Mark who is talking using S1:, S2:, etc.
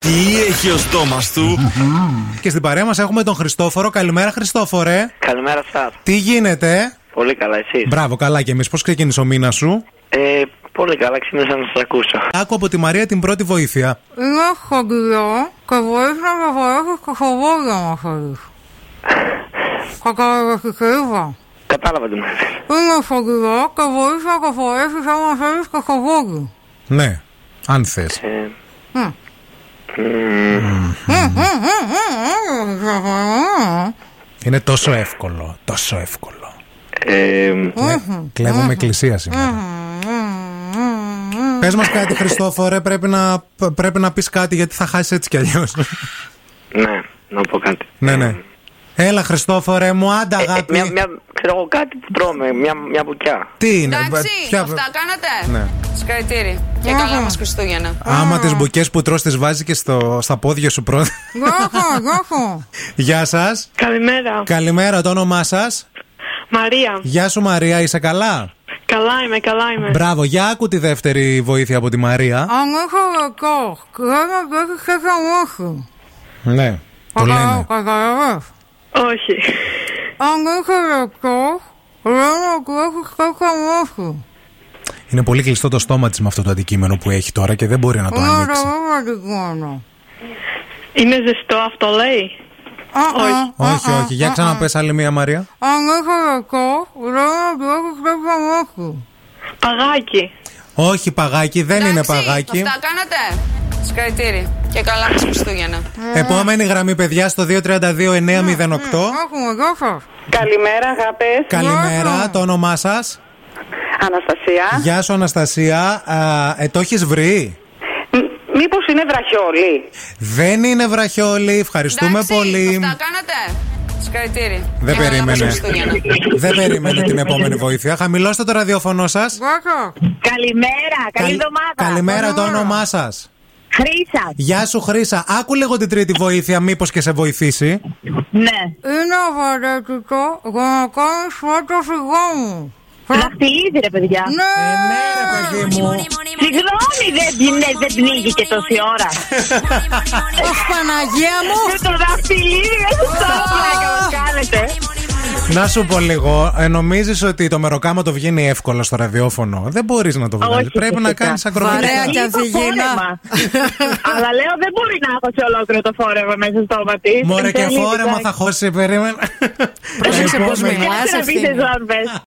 S1: Τι έχει ο στόμας του.
S2: Και στην παρέα μας έχουμε τον Χριστόφορο. Καλημέρα, Χριστόφορε.
S3: Καλημέρα σας.
S2: Τι γίνεται, ε?
S3: Πολύ καλά εσείς.
S2: Μπράβο, καλά και εμείς. Πώς ξεκίνησε ο μήνας σου.
S3: Ε, πολύ καλά, ξύπνησα να σας ακούσω.
S2: Άκου από τη Μαρία την πρώτη βοήθεια.
S4: Είμαι χοντρό και μπορείς να με φορέσεις και στο βόρειο να θέλεις. Θα καταλαβαίνω.
S3: Κατάλαβα τι μου λέτε.
S4: Είμαι χοντρό και μπορείς να το φορέσεις άμα θέλεις και στο βόρειο.
S2: Ναι, αν θες.
S3: Ε,
S4: Μμμ.
S3: μμμ,
S4: Μμμ, μμμ, μμμ, μμμ, μμμ, ξαφνικά.
S2: Είναι τόσο εύκολο. Τόσο εύκολο.
S3: ε,
S2: Κλέβουμε εκκλησία σήμερα.
S4: Μμμ, μμμ, μμμ.
S2: Πες μας κάτι, Χριστόφορε. Πρέπει να, πρέπει να πεις κάτι γιατί θα χάσεις έτσι κι αλλιώς.
S3: ναι, να πω κάτι.
S2: ναι, ναι. Έλα, Χριστόφορε μου, άντα
S3: Ε, ε,
S2: αγάπη.
S3: μια, μια, ξέρω εγώ κάτι που τρώμε, μια, μια μπουκιά.
S2: Τι είναι,
S5: Εντάξει,
S2: ποια-
S5: αυτά κάνατε.
S2: Ναι.
S5: Συγχαρητήρι. Και καλά μας Χριστούγεννα.
S2: Άμα τις μπουκές που τρως τις βάζει και στο, στα πόδια σου πρώτα.
S4: Γιώχο, γιώχο.
S2: Γεια σας.
S6: Καλημέρα.
S2: Καλημέρα, το όνομά σας.
S6: Μαρία.
S2: Γεια σου, Μαρία, είσαι καλά.
S6: Καλά είμαι, καλά
S7: Ναι.
S6: είμαι.
S2: Μπράβο, για άκου τη δεύτερη βοήθεια από τη Μαρία.
S4: Αν έχω λεκό, κρέμα και έχεις και χαμόσου.
S2: Ναι, το λένε.
S4: Καταλαβαίνεις.
S6: Όχι.
S4: Αν έχω λεκό, κρέμα και έχεις και χαμόσου.
S2: Είναι πολύ κλειστό το στόμα της με αυτό το αντικείμενο που έχει τώρα και δεν μπορεί να το
S4: Είναι το
S2: ανοίξει.
S4: σημαντικό.
S6: Είναι ζεστό αυτό, λέει.
S4: Ah,
S6: Όχι.
S2: Όχι, όχι, για ξαναπες άλλη μία, Μαρία.
S4: Αν έχω λεκό, κρέμα και έχεις και χαμόσου.
S6: Παγάκι.
S2: Όχι, παγάκι, δεν είναι
S5: Εντάξει,
S2: παγάκι.
S5: Αυτά κάνατε. Συγχαρητήρι. Και καλά μας Χριστούγεννα.
S2: Ε, Επόμενη γραμμή, παιδιά, στο 232-908.
S4: Έχουμε, γεια σας.
S8: Καλημέρα, αγάπες.
S2: Καλημέρα, το όνομά σας.
S8: Αναστασία.
S2: Γεια σου, Αναστασία. Α, ε, το έχεις βρει.
S8: Μήπως είναι βραχιόλι.
S2: Δεν είναι βραχιόλι, ευχαριστούμε
S5: Εντάξει,
S2: πολύ.
S5: Αυτά κάνατε. Συγχαρητήρι.
S2: Δεν
S5: Και καλά μας
S2: περίμενε.
S5: Χριστούγεννα.
S2: Δεν περίμενε την επόμενη βοήθεια. Χαμηλώστε το ραδιοφωνό σας.
S4: Γεια σας.
S7: Καλημέρα, καλή εβδομάδα.
S2: Καλημέρα, το όνομά σας.
S7: Χρήσα.
S2: Γεια σου, Χρήσα. Άκου λίγο την τρίτη βοήθεια, μήπως και σε βοηθήσει.
S7: Ναι.
S4: Είναι απαραίτητο για να κάνεις φώτο φυγόμου.
S7: Eh,
S4: Hein?
S7: Δαχτυλίδι, ρε παιδιά.
S2: Ε,
S4: Ναι!
S2: ναι, ρε, παιδί μου.
S7: Συγγνώμη, δεν, πνί- δεν
S4: ναι,
S7: πνίγηκε τόση ώρα.
S4: Αχ, Παναγία μου!
S7: Με το δαχτυλίδι, δεν σου το πλάκα μας κάνετε.
S2: Να σου πω λίγο, ε, νομίζεις ότι το μεροκάμα το βγαίνει εύκολα στο ραδιόφωνο. Δεν μπορείς να το βγάλεις.
S7: Όχι,
S2: Πρέπει να
S7: φυσικά.
S2: κάνεις
S4: Βαρέα
S2: ακροβατικά.
S4: και
S7: Λίγο
S4: αφηγήνα.
S7: φόρεμα. Αλλά λέω δεν μπορεί να έχω σε ολόκληρο το φόρεμα μέσα στο στόμα της.
S2: Μωρέ και φόρεμα θα χώσει, περίμενα.
S7: χωρίσει.
S2: Επόμενη.
S7: Κάτσε να
S4: Μιλάς,
S7: πείτε
S4: ευθύνη.
S7: ζόρμπες.